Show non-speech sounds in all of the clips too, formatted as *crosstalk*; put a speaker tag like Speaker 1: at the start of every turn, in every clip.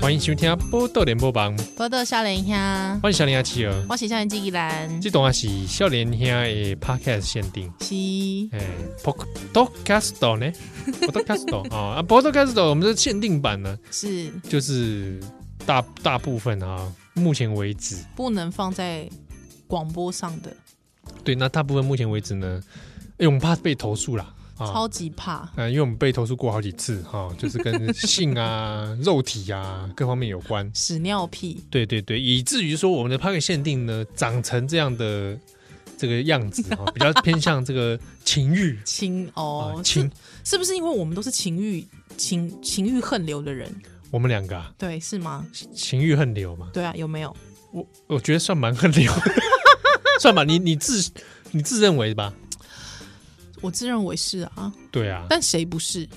Speaker 1: 欢迎收听《波豆联播榜》，
Speaker 2: 波多少年兄，
Speaker 1: 欢迎小林阿七儿。
Speaker 2: 我是少年纪依兰，
Speaker 1: 这段啊是少年兄的 podcast 限定，
Speaker 2: 是
Speaker 1: 哎，podcast 呢？podcast 啊，啊，podcast 我们是限定版呢，
Speaker 2: 是
Speaker 1: 就是大大部分啊，目前为止，
Speaker 2: 不能放在广播上的，
Speaker 1: 对，那大部分目前为止呢，哎，我们怕被投诉啦，啊，
Speaker 2: 超级怕。
Speaker 1: 嗯，因为我们被投诉过好几次哈、啊，就是跟性啊、 *laughs* 肉体啊各方面有关，
Speaker 2: 屎尿屁，
Speaker 1: 对对对，以至于说我们的 p a 限定呢，长成这样的这个样子哈、比较偏向这个情欲
Speaker 2: 情
Speaker 1: 啊、
Speaker 2: 哦，
Speaker 1: 情
Speaker 2: 是，是不是因为我们都是情欲情情欲横流的人？
Speaker 1: 我们两个、啊、
Speaker 2: 对，是吗？
Speaker 1: 情欲横流嘛，
Speaker 2: 对啊，有没有？
Speaker 1: 我我觉得算蛮横流，
Speaker 2: *laughs*
Speaker 1: 算吧，你你自你自认为吧，
Speaker 2: 我自认为是啊，
Speaker 1: 对啊，
Speaker 2: 但谁不是？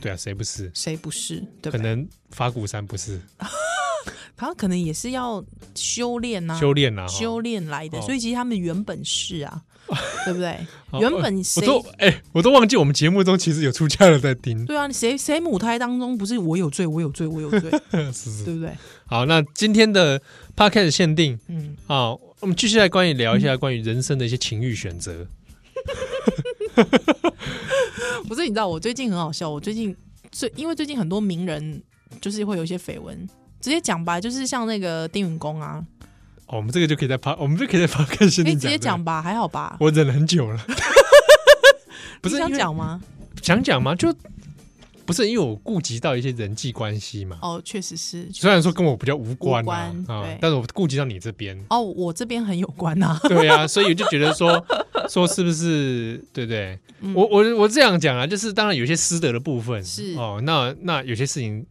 Speaker 1: 对啊，谁不是？
Speaker 2: 谁不是？对
Speaker 1: 可
Speaker 2: 不对？
Speaker 1: 能法鼓山不是
Speaker 2: 他可能也是要修炼呐、
Speaker 1: 修炼啊，
Speaker 2: 修炼来的，
Speaker 1: 哦
Speaker 2: 所以其实他们原本是
Speaker 1: *laughs*
Speaker 2: 啊，对不对？
Speaker 1: 哦
Speaker 2: 原
Speaker 1: 哦
Speaker 2: 本
Speaker 1: 我
Speaker 2: 谁
Speaker 1: 都哎、我都忘记我们节目中其实有出家人在听，
Speaker 2: *laughs* 对啊，谁谁母胎当中不是我有罪，我有罪，我有 *laughs* 罪，
Speaker 1: 是是。
Speaker 2: 对不对？
Speaker 1: 好，那今天的 podcast 限定
Speaker 2: 嗯，
Speaker 1: 啊、我们继续来关于聊一下关于人生的一些情欲选择。
Speaker 2: *laughs* 不是，你知道我最近很好笑，我最近最因为最近很多名人就是会有一些绯闻，直接讲吧，就是像那个丁允恭啊，
Speaker 1: 哦，我们这个就可以在 p 我们就可以在 podcast 限
Speaker 2: 可以
Speaker 1: 定
Speaker 2: 直接
Speaker 1: 对
Speaker 2: 讲吧，还好吧
Speaker 1: 不？对我忍了很
Speaker 2: *laughs*
Speaker 1: 久了，不是
Speaker 2: 你
Speaker 1: 因
Speaker 2: 想
Speaker 1: 为
Speaker 2: 讲吗？
Speaker 1: 想讲吗？就不是因为我顾及到一些人际关系嘛，
Speaker 2: 哦，确实是。
Speaker 1: 虽然说跟我比较无关
Speaker 2: 无
Speaker 1: 啊
Speaker 2: 关，
Speaker 1: 啊
Speaker 2: 对。
Speaker 1: 但是我顾及到你这边 *laughs*
Speaker 2: 哦，我这边很有关呐、啊。
Speaker 1: 对啊，所以我就觉得说 *laughs* 说是不是对不对？我我我这样讲啊，就是当然有些私德的部分
Speaker 2: 嗯是
Speaker 1: 哦，那那有些事情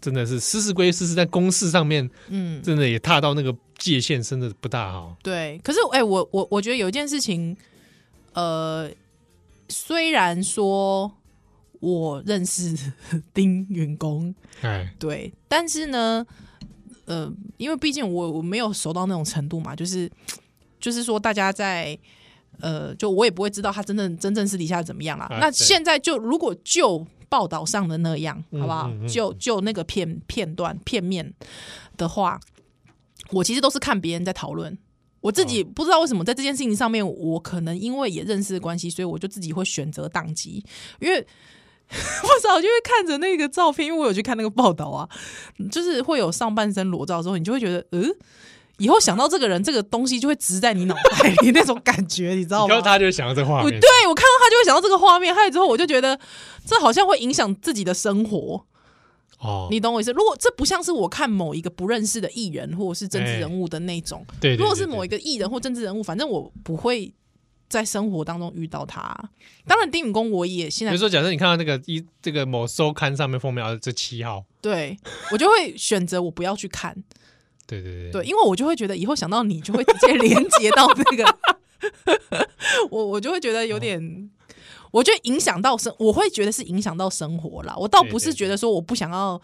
Speaker 1: 真的是私事归私事，在公事上面
Speaker 2: 嗯，
Speaker 1: 真的也踏到那个界限，真的不大好。
Speaker 2: 对。可是，哎、我我我觉得有一件事情，呃，虽然说我认识 *laughs* 丁允恭，
Speaker 1: 哎，
Speaker 2: 对，但是呢，呃，因为毕竟我我没有熟到那种程度嘛，就是就是说大家在呃，就我也不会知道他真正真正私底下怎么样啦。
Speaker 1: 啊
Speaker 2: 那
Speaker 1: 对
Speaker 2: 现在就如果就报道上的那样，好不好？
Speaker 1: 嗯嗯嗯
Speaker 2: 就就那个片片段片面的话，我其实都是看别人在讨论。我自
Speaker 1: 哦
Speaker 2: 己不知道为什么在这件事情上面，我可能因为也认识的关系，所以我就自己会选择宕机，因为 *laughs* 不知道，就会看着那个照片，因为我有去看那个报道啊，就是会有上半身裸照的时候，你就会觉得，嗯、以后想到这个人，这个东西就会植在你脑袋里 *laughs* 那种感觉，你知道
Speaker 1: 然后？
Speaker 2: 吗
Speaker 1: 他就想到这画
Speaker 2: 我
Speaker 1: 面，
Speaker 2: 对我看到他就会想到这个画面，还有之后我就觉得这好像会影响自己的生活，
Speaker 1: 哦，
Speaker 2: 你懂我意思？如果这不像是我看某一个不认识的艺人或者是政治人物的那种，
Speaker 1: 哎对，对
Speaker 2: 如果是某一
Speaker 1: 个，
Speaker 2: 个艺人或政治人物，反正我不会在生活当中遇到他。当然，丁允恭我也
Speaker 1: 比
Speaker 2: 现在
Speaker 1: 如说假设你看到那个一这个某周刊上面封面，啊这七号，
Speaker 2: 对我就会选择我不要去看，
Speaker 1: 对对
Speaker 2: 对，因为我就会觉得以后想到你就会直接连接到那个， *laughs* 我我就会觉得有点，我觉得影响到生，我会觉得是影响到生活啦。我倒
Speaker 1: 对
Speaker 2: 不
Speaker 1: 对
Speaker 2: 是
Speaker 1: 对
Speaker 2: 觉得说我不想要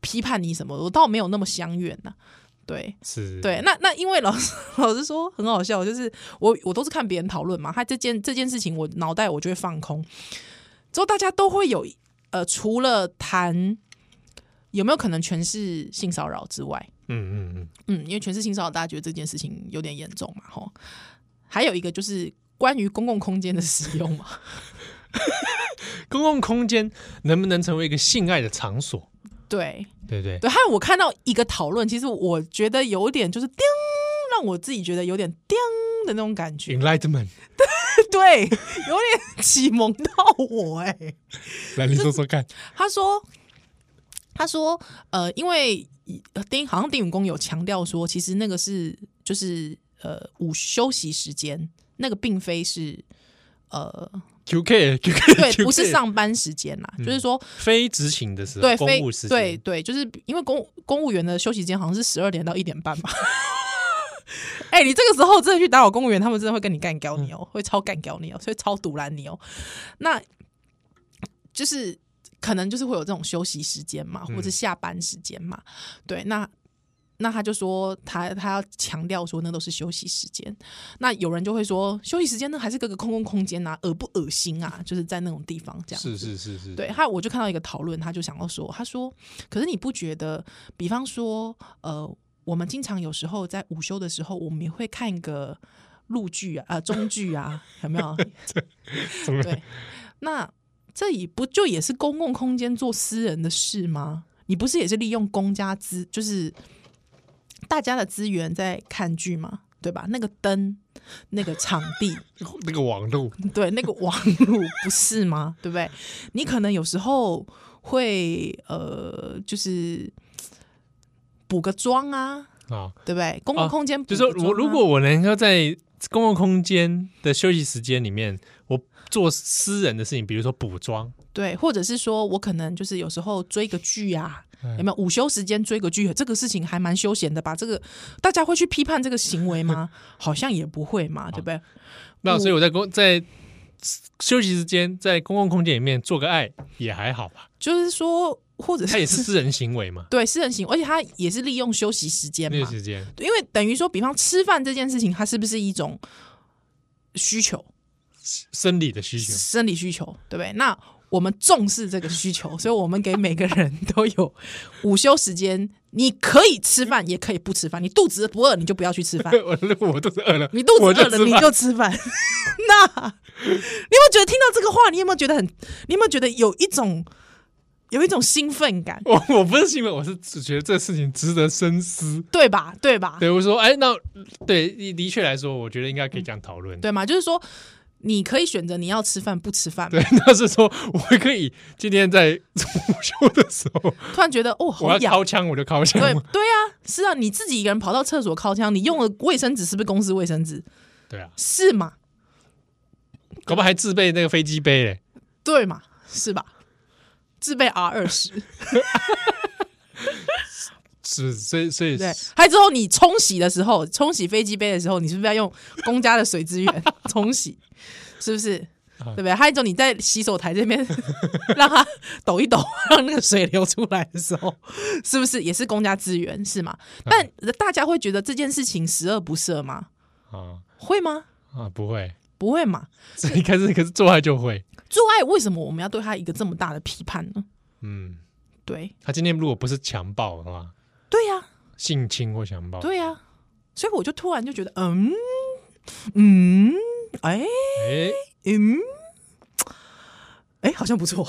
Speaker 2: 批判你什么，我倒没有那么相怨呐、对，
Speaker 1: 是，嗯
Speaker 2: 对，那那因为老师 *laughs* 老师说很好笑，就是我我都是看别人讨论嘛，他这件这件事情我脑袋我就会放空，之后大家都会有呃，除了谈有没有可能全是性骚扰之外，
Speaker 1: 嗯嗯嗯，
Speaker 2: 嗯，因为全是性骚扰，大家觉得这件事情有点严重嘛，吼，还有一个就是关于公共空间的使用嘛， *laughs*
Speaker 1: 公共空间能不能成为一个性爱的场所？
Speaker 2: 对
Speaker 1: 对对，
Speaker 2: 对，还有我看到一个讨论，其实我觉得有点就是叮，让我自己觉得有点叮的那种感觉，
Speaker 1: enlightenment，
Speaker 2: *laughs* 对，有点启蒙到我哎、 *laughs*
Speaker 1: 来你说说看，
Speaker 2: 他说，他说，呃，因为呃丁好像丁允恭有强调说，其实那个是就是呃午休息时间，那个并非是呃
Speaker 1: QK *laughs*
Speaker 2: 对
Speaker 1: QK
Speaker 2: 不是上班时间啦，就是说
Speaker 1: 非执勤的时候，
Speaker 2: 对
Speaker 1: 公
Speaker 2: 非
Speaker 1: 务时间
Speaker 2: 对对，就是因为公公务员的休息时间好像是十二点到一点半吧。 *laughs* 哎、你这个时候真的去打扰公务员，他们真的会跟你干掉你哦，
Speaker 1: 嗯
Speaker 2: 会超干掉你哦，所以超堵拦你哦。那就是可能就是会有这种休息时间嘛，或者
Speaker 1: 嗯
Speaker 2: 下班时间嘛。对，那那他就说他他要强调说那都是休息时间。那有人就会说休息时间呢还是各个公共空间啊，恶不恶心啊？就是在那种地方这样子。
Speaker 1: 是是是是，
Speaker 2: 对，他，我就看到一个讨论，他就想要说，他说，可是你不觉得，比方说，呃，我们经常有时候在午休的时候，我们也会看个陆剧啊、呃中剧啊，有没有？
Speaker 1: 怎么
Speaker 2: 对，那这也不就也是公共空间做私人的事吗？你不是也是利用公家资，就是大家的资源在看剧吗？对吧？那个灯，那个场地，
Speaker 1: 那个网
Speaker 2: *laughs*
Speaker 1: 路
Speaker 2: 对，那个网路不是吗？ *laughs* 对不对？你可能有时候会呃，就是补个妆啊，
Speaker 1: 啊，
Speaker 2: 对不对？公共
Speaker 1: 哦
Speaker 2: 空间、
Speaker 1: 就是我如果我能够在公共空间的休息时间里面，我做私人的事情，比如说补妆，
Speaker 2: 对，或者是说我可能就是有时候追个剧啊，
Speaker 1: 嗯
Speaker 2: 有没有午休时间追个剧？这个事情还蛮休闲的吧？这个大家会去批判这个行
Speaker 1: *laughs*
Speaker 2: 为吗？好像也不会
Speaker 1: 哦
Speaker 2: 嘛，对不对？
Speaker 1: 那
Speaker 2: 嗯
Speaker 1: 所以我在公在休息时间在公共空间里面做个爱也还好
Speaker 2: *laughs*
Speaker 1: 吧，
Speaker 2: 就是说，或者
Speaker 1: 它也是私人行为嘛，
Speaker 2: *laughs* 对私人行为，而且他也是利用休息时间
Speaker 1: 那个
Speaker 2: 嘛，
Speaker 1: 时间
Speaker 2: 因为等于说，比方吃饭这件事情，它是不是一种需求，
Speaker 1: 生理的需求，。
Speaker 2: 生理需求，对不对？那我们重视这个需求， *laughs* 所以我们给每个人都有午休时间，你可以吃饭，也可以不吃饭。你肚子不饿，你就不要去吃饭
Speaker 1: *laughs* 我我肚子饿了，
Speaker 2: 你肚子
Speaker 1: 我就
Speaker 2: 饿了，
Speaker 1: 吃
Speaker 2: 你
Speaker 1: 饭
Speaker 2: 就吃饭。 *laughs* 那你有没有觉得听到这个话，你有没有觉得很？你有没有觉得有一种有一种兴奋感，
Speaker 1: *laughs* 我我不是新闻，我是只觉得这事情值得深思。
Speaker 2: 对吧？对吧？
Speaker 1: 对，我说，哎，那对的的确来说，我觉得应该可以这样讨论。
Speaker 2: 对吗？就是说，你可以选择你要吃饭不吃饭嘛。
Speaker 1: 对， *laughs* 那是说我可以今天在午休的时候，
Speaker 2: 突然觉得哦， *laughs* 好
Speaker 1: 我要
Speaker 2: 痒
Speaker 1: 掏枪我就掏枪。 *laughs*
Speaker 2: 对对啊，是啊，你自己一个人跑到厕所靠枪，你用的卫生纸是不是公司卫生纸？
Speaker 1: 对啊，
Speaker 2: 是嘛？
Speaker 1: 搞不好还自备那个飞机杯嘞。
Speaker 2: 对嘛？是吧？自备 R 二十，
Speaker 1: 是，所以所以
Speaker 2: 对，还有之后你冲洗的时候，冲洗飞机杯的时候，你是不是要用公家的水资源 *laughs* 冲洗？是不是？对不对？还有一种你在洗手台这边让它抖一抖， *laughs* 让那个水流出来的时候，是不是也是公家资源是吗？但大家会觉得这件事情十恶不赦吗？
Speaker 1: 啊
Speaker 2: 会吗？
Speaker 1: 啊不会，
Speaker 2: 不会嘛？
Speaker 1: *laughs* 所以开始可是做爱就会。
Speaker 2: 做爱为什么我们要对他一个这么大的批判呢？
Speaker 1: 嗯，
Speaker 2: 对，
Speaker 1: 他今天如果不是强暴的话，
Speaker 2: 对呀、
Speaker 1: 性侵或强暴，
Speaker 2: 对呀、啊所以我就突然就觉得，嗯嗯，哎
Speaker 1: 哎，
Speaker 2: 嗯，哎，好像不错。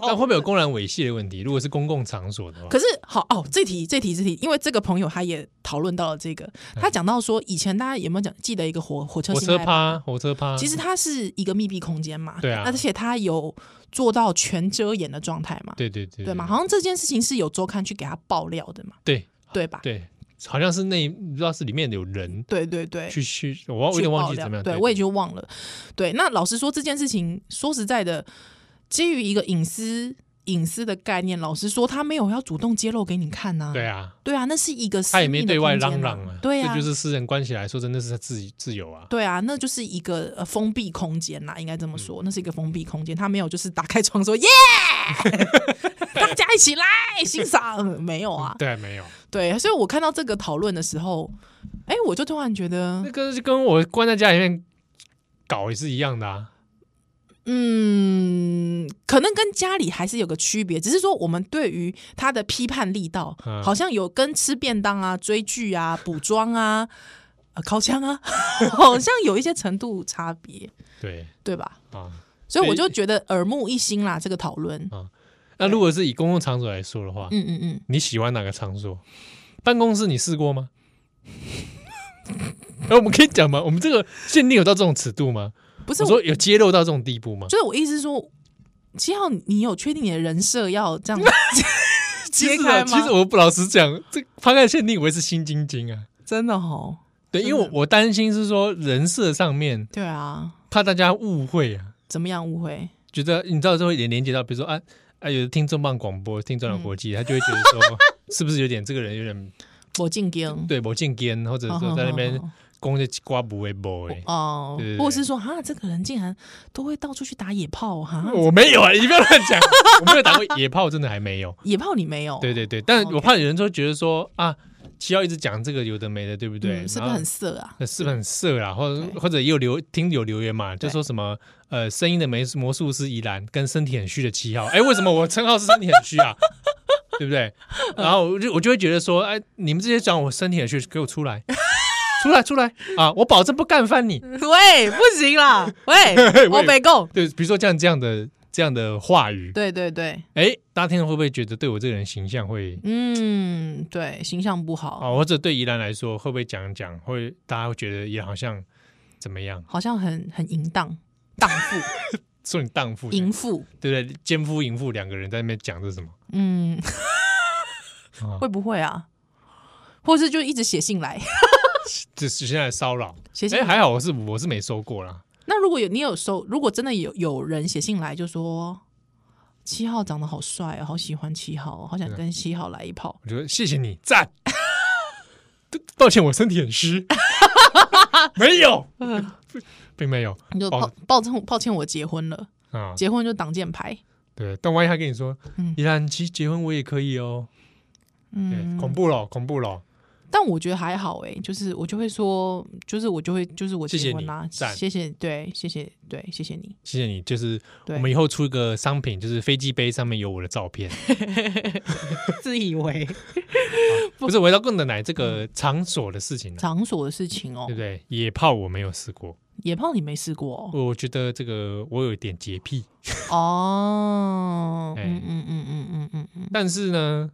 Speaker 1: 那会不会有公然猥亵的问题？如果是公共场所的话，
Speaker 2: *laughs* 可是好哦，这题这题这题，因为这个朋友他也讨论到了这个，他讲到说，以前大家有没有讲记得一个火火车
Speaker 1: 嗯火
Speaker 2: 性
Speaker 1: 车
Speaker 2: 爱
Speaker 1: 趴，火车趴，
Speaker 2: 其实它是一个密闭空间嘛，
Speaker 1: 对啊
Speaker 2: 而且它有做到全遮掩的状态嘛，
Speaker 1: 对对对
Speaker 2: 对嘛，好像这件事情是有周刊去给他爆料的嘛，
Speaker 1: 对
Speaker 2: 对吧？
Speaker 1: 对，好像是那不知道是里面有人
Speaker 2: 对对对，
Speaker 1: 去去，我忘我有点忘记怎么样，
Speaker 2: 对我也就忘了。对，那老实说这件事情，说实在的，基于一个隐私隐私的概念，老实说他没有要主动揭露给你看呐、
Speaker 1: 对啊，
Speaker 2: 对啊，那是一个私
Speaker 1: 他也没
Speaker 2: 密的
Speaker 1: 对外
Speaker 2: 空间
Speaker 1: 嚷
Speaker 2: 啊
Speaker 1: 嚷啊，
Speaker 2: 对啊，
Speaker 1: 这就是私人关系来说，真的是他自己自由啊，
Speaker 2: 对啊，那就是一个呃封闭空间啦，应该这
Speaker 1: 嗯
Speaker 2: 么说，那是一个封闭空间，他没有就是打开窗说耶，
Speaker 1: *laughs*
Speaker 2: 大家一起来欣赏，没有啊，
Speaker 1: 对，没有，
Speaker 2: 对，所以我看到这个讨论的时候，哎，我就突然觉得
Speaker 1: 那，个就跟我关在家里面搞也是一样的啊，
Speaker 2: 嗯，可能跟家里还是有个区别，只是说我们对于他的批判力道，
Speaker 1: 嗯
Speaker 2: 好像有跟吃便当啊、追剧啊、补妆啊、 *laughs* 呃、烤枪啊， *laughs* 好像有一些程度差别，
Speaker 1: 对
Speaker 2: 对吧？
Speaker 1: 啊
Speaker 2: 所以我就觉得耳目一新啦，这个讨论。
Speaker 1: 啊，那如果是以公共场所来说的话，
Speaker 2: 嗯嗯嗯，
Speaker 1: 你喜欢哪个场所？办公室你试过吗？ *laughs* 哎，我们可以讲吗？我们这个限定有到这种尺度吗？
Speaker 2: 不是
Speaker 1: 我
Speaker 2: 我，
Speaker 1: 说有揭露到这种地步吗？
Speaker 2: 就是我意思是说，七号，你有确定你的人设要这样
Speaker 1: *laughs* 其
Speaker 2: 揭
Speaker 1: 实
Speaker 2: 开
Speaker 1: 啊，
Speaker 2: 吗？
Speaker 1: 其实我不老实讲，这拍开限定我也是心惊惊啊。
Speaker 2: 真的哦，
Speaker 1: 对，因为我我担心是说人设上面
Speaker 2: 对啊，
Speaker 1: 怕大家误会啊，
Speaker 2: 怎么样误会？
Speaker 1: 觉得你知道就会连连接到，比如说啊啊，有的听重磅广播，听重磅国
Speaker 2: 嗯
Speaker 1: 际，他就会觉得说 *laughs* 是不是有点这个人有点
Speaker 2: 我进京，
Speaker 1: 对某进奸，或者
Speaker 2: *laughs* 好，
Speaker 1: 说在那边
Speaker 2: 好好
Speaker 1: 攻着瓜不为 boy。
Speaker 2: 好哦
Speaker 1: 对对，对
Speaker 2: 或者是说啊，这个人竟然都会到处去打野炮哈，
Speaker 1: *laughs* 我没有啊，你不要乱
Speaker 2: *laughs*
Speaker 1: 讲，我没有打过野炮，真的还没有。
Speaker 2: 野炮你没有，
Speaker 1: 对对对，
Speaker 2: 哦
Speaker 1: 但我怕有人都觉得说啊，七幺一直讲这个有的没的，对不对？
Speaker 2: 嗯
Speaker 1: 然
Speaker 2: 是不是
Speaker 1: 后
Speaker 2: 很色啊？
Speaker 1: 呃是不是很色啦？或者
Speaker 2: 对
Speaker 1: 或者也有留听有留言嘛，就
Speaker 2: 对
Speaker 1: 说什么呃，声音的魔魔术师宜兰跟身体很虚的七号，哎，为什么我称号是身体很
Speaker 2: *laughs*
Speaker 1: 虚啊？对不对？然后我就我就会觉得说，哎，你们这些讲我身体很虚，给我出
Speaker 2: *laughs*
Speaker 1: 来，出来，出来啊！我保证不干翻你。
Speaker 2: *laughs* 喂，不行 *laughs* 啦，
Speaker 1: 喂
Speaker 2: 喂，我没够。
Speaker 1: 对，比如说这样这样的这样的话语，
Speaker 2: 对对对，
Speaker 1: 哎，大家听了会不会觉得对我这个人形象会
Speaker 2: 嗯，对，形象不好，
Speaker 1: 啊，或者对宜兰来说，会不会讲讲会大家会觉得也好像怎么样，
Speaker 2: 好像很很淫荡、荡妇、
Speaker 1: 说你荡妇，
Speaker 2: 淫妇，
Speaker 1: 对不对？奸夫淫妇两个人在那边讲这是什么？
Speaker 2: 嗯，
Speaker 1: 啊
Speaker 2: *laughs* 会不会啊？或者是就一直写信来，
Speaker 1: 这是现在骚扰。
Speaker 2: 写信
Speaker 1: 哎，
Speaker 2: 来。
Speaker 1: 还好我是我是没收过啦。
Speaker 2: 那如果有你有收，如果真的有有人写信来，就说七号长得好帅哦，好喜欢七号哦，好
Speaker 1: 啊
Speaker 2: 想跟七号来一炮。
Speaker 1: 我觉得谢谢你，赞。 *laughs* 对抱歉，我身体很虚， *laughs* 没有，并没有
Speaker 2: 你就
Speaker 1: 哦
Speaker 2: 抱抱歉，抱歉，我结婚了，
Speaker 1: 啊。
Speaker 2: 结婚就挡箭牌。
Speaker 1: 对，但万一他跟你说
Speaker 2: 嗯，
Speaker 1: 宜兰其实结婚我也可以哦，对，
Speaker 2: 嗯，
Speaker 1: 恐怖了，恐怖了。
Speaker 2: 但我觉得还好哎、就是我就会说，就是我就会，就是我
Speaker 1: 谢谢
Speaker 2: 结婚啦
Speaker 1: 你，赞
Speaker 2: 谢谢，对，谢谢，对，谢谢你，
Speaker 1: 谢谢你，就是
Speaker 2: 对
Speaker 1: 我们以后出一个商品，就是飞机杯上面有我的照
Speaker 2: *laughs*
Speaker 1: 片。
Speaker 2: 自以为
Speaker 1: 不是，回到更的奶这个
Speaker 2: 嗯
Speaker 1: 场所的事情了，
Speaker 2: *laughs* 场所的事情哦
Speaker 1: 对不，对？野炮我没有试过，
Speaker 2: 野炮你没试过
Speaker 1: 我觉得这个我有一点洁癖，
Speaker 2: 哦，哦，
Speaker 1: 哎
Speaker 2: 嗯嗯嗯嗯嗯嗯 *laughs* 嗯，
Speaker 1: 但是呢，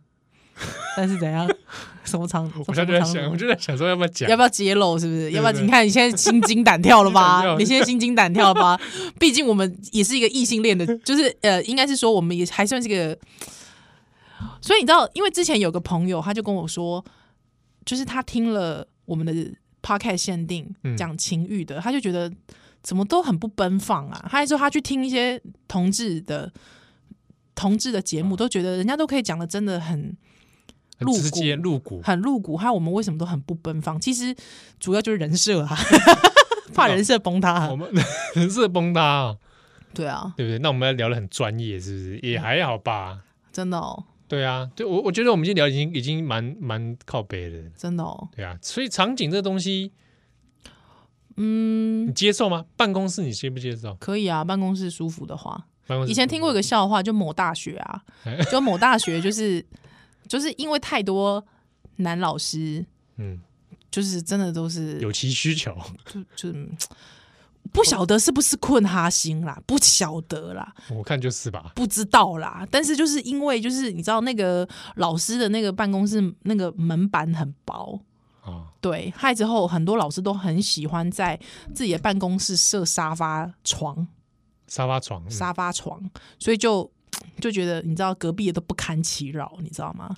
Speaker 2: 但是怎样， *laughs* 什么场，
Speaker 1: 我现
Speaker 2: 什么
Speaker 1: 在就在
Speaker 2: 场
Speaker 1: 想，
Speaker 2: 所
Speaker 1: 我就在想说要不要讲，
Speaker 2: 要不
Speaker 1: 要
Speaker 2: 要揭露？是不是？
Speaker 1: 对
Speaker 2: 要不然你看你现在心惊胆跳
Speaker 1: *laughs*
Speaker 2: 了
Speaker 1: 心惊胆跳
Speaker 2: 吧？你现在心惊胆跳了吧？ *laughs* 毕竟我们也是一个异性恋的，就是呃，应该是说我们也还算是个。所以你知道，因为之前有个朋友，他就跟我说，就是他听了我们的 podcast 限定
Speaker 1: 嗯
Speaker 2: 讲情欲的，他就觉得怎么都很不奔放啊。他还说他去听一些同志的同志的节
Speaker 1: 哦
Speaker 2: 目，都觉得人家都可以讲的真的很
Speaker 1: 很直接露骨，
Speaker 2: 很露骨，还有我们为什么都很不奔放？其实主要就是人设 *laughs* 啊，怕人设崩塌、啊
Speaker 1: 我们 *laughs* 人设崩塌啊，
Speaker 2: 哦对啊，
Speaker 1: 对不对？那我们要聊得很专业，是不是？也还好吧。
Speaker 2: 真的哦，
Speaker 1: 对啊，对我我觉得我们今天聊已经已经蛮蛮靠北的，
Speaker 2: 真的哦，
Speaker 1: 对啊。所以场景这东西
Speaker 2: 嗯，
Speaker 1: 你接受吗？办公室你接不接受？
Speaker 2: 可以啊，办公室舒服的话，
Speaker 1: 办公室
Speaker 2: 以前听过一个笑话，就某大学啊，就某大学就是就是因为太多男老师，
Speaker 1: 嗯
Speaker 2: 就是真的都是
Speaker 1: 有其需
Speaker 2: *laughs*
Speaker 1: 求，
Speaker 2: 就就。嗯不晓得是不是困哈星啦，不晓得啦，
Speaker 1: 我看就是吧。
Speaker 2: 不知道啦，但是就是因为就是你知道那个老师的那个办公室那个门板很薄，
Speaker 1: 啊，
Speaker 2: 对，害之后很多老师都很喜欢在自己的办公室设沙发床、
Speaker 1: 沙发床，嗯
Speaker 2: 沙发床，所以就就觉得你知道隔壁的都不堪其扰，你知道吗？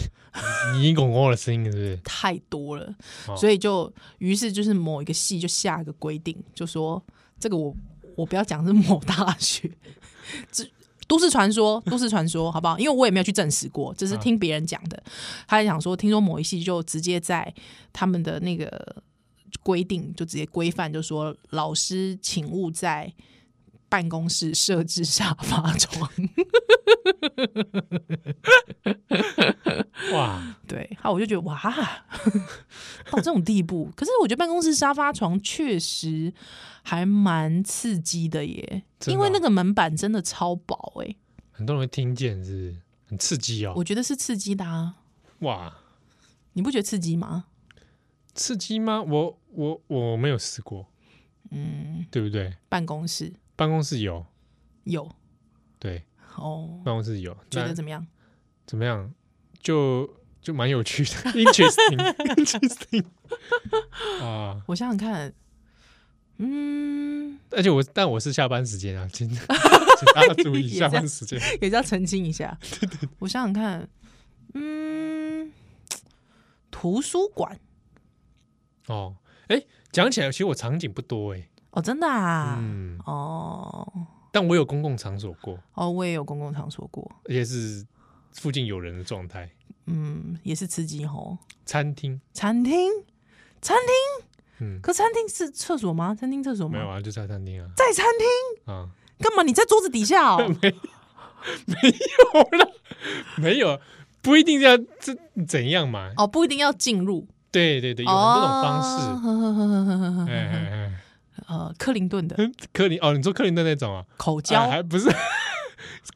Speaker 1: 你拱我的声音是不是？
Speaker 2: 太多了
Speaker 1: 哦，
Speaker 2: 所以就于是就是某一个系就下一个规定，就说这个我我不要讲是某大学， *laughs* 这都市传说，都市传说，好不好？因为我也没有去证实过，只是听别人讲的。他就想说，听说某一系就直接在他们的那个规定就直接规范，就说老师请勿在。办公室设置沙发床，
Speaker 1: 哇，
Speaker 2: 对，好，我就觉得哇，到这种地步。可是我觉得办公室沙发床确实还蛮刺激的耶，
Speaker 1: 真的哦
Speaker 2: 因为那个门板真的超薄哎、
Speaker 1: 很多人会听见是不是很刺激哦
Speaker 2: 我。觉得是刺激的啊，
Speaker 1: 哇，
Speaker 2: 你不觉得刺激吗？
Speaker 1: 刺激吗？我我我没有试过，
Speaker 2: 嗯，
Speaker 1: 对不对？
Speaker 2: 办公室
Speaker 1: 办公室有，
Speaker 2: 有
Speaker 1: 对，
Speaker 2: 哦，
Speaker 1: 办公室有。
Speaker 2: 觉
Speaker 1: 那
Speaker 2: 得怎么样？
Speaker 1: 怎么样？就就蛮有趣的 *laughs* ，interesting，interesting 啊！
Speaker 2: 我想想看，嗯， *laughs*
Speaker 1: 而且我但我是下班时间啊，今请 *laughs* 大家注意
Speaker 2: *laughs* 也
Speaker 1: 下
Speaker 2: 这样
Speaker 1: 班时间。
Speaker 2: 也是要澄清一下。我想想看，嗯，图书馆
Speaker 1: 哦，哎，讲起来，其实我场景不多哎、
Speaker 2: 哦，真的啊，
Speaker 1: 嗯，
Speaker 2: 哦
Speaker 1: 但我有公共场所过，
Speaker 2: 哦，我也有公共场所过，
Speaker 1: 而且是附近有人的状态，
Speaker 2: 嗯，也是吃鸡吼，
Speaker 1: 餐厅，
Speaker 2: 餐厅，餐厅，
Speaker 1: 嗯，
Speaker 2: 可餐厅是厕所吗？餐厅厕所
Speaker 1: 没
Speaker 2: 吗？
Speaker 1: 有啊，就在餐厅啊，
Speaker 2: 在餐厅
Speaker 1: 啊，
Speaker 2: 干嘛？你在桌子底下
Speaker 1: *laughs*
Speaker 2: 哦，
Speaker 1: 没有，不一定要这怎样嘛，
Speaker 2: 哦，不一定要进入，哦
Speaker 1: 对对对，有很多种方式。
Speaker 2: 方 *laughs*
Speaker 1: 哎哎哎
Speaker 2: 呃，克林顿的
Speaker 1: 哎，克林哦，你说克林顿那种啊？
Speaker 2: 口
Speaker 1: *laughs* 啊
Speaker 2: 交，
Speaker 1: 还不是？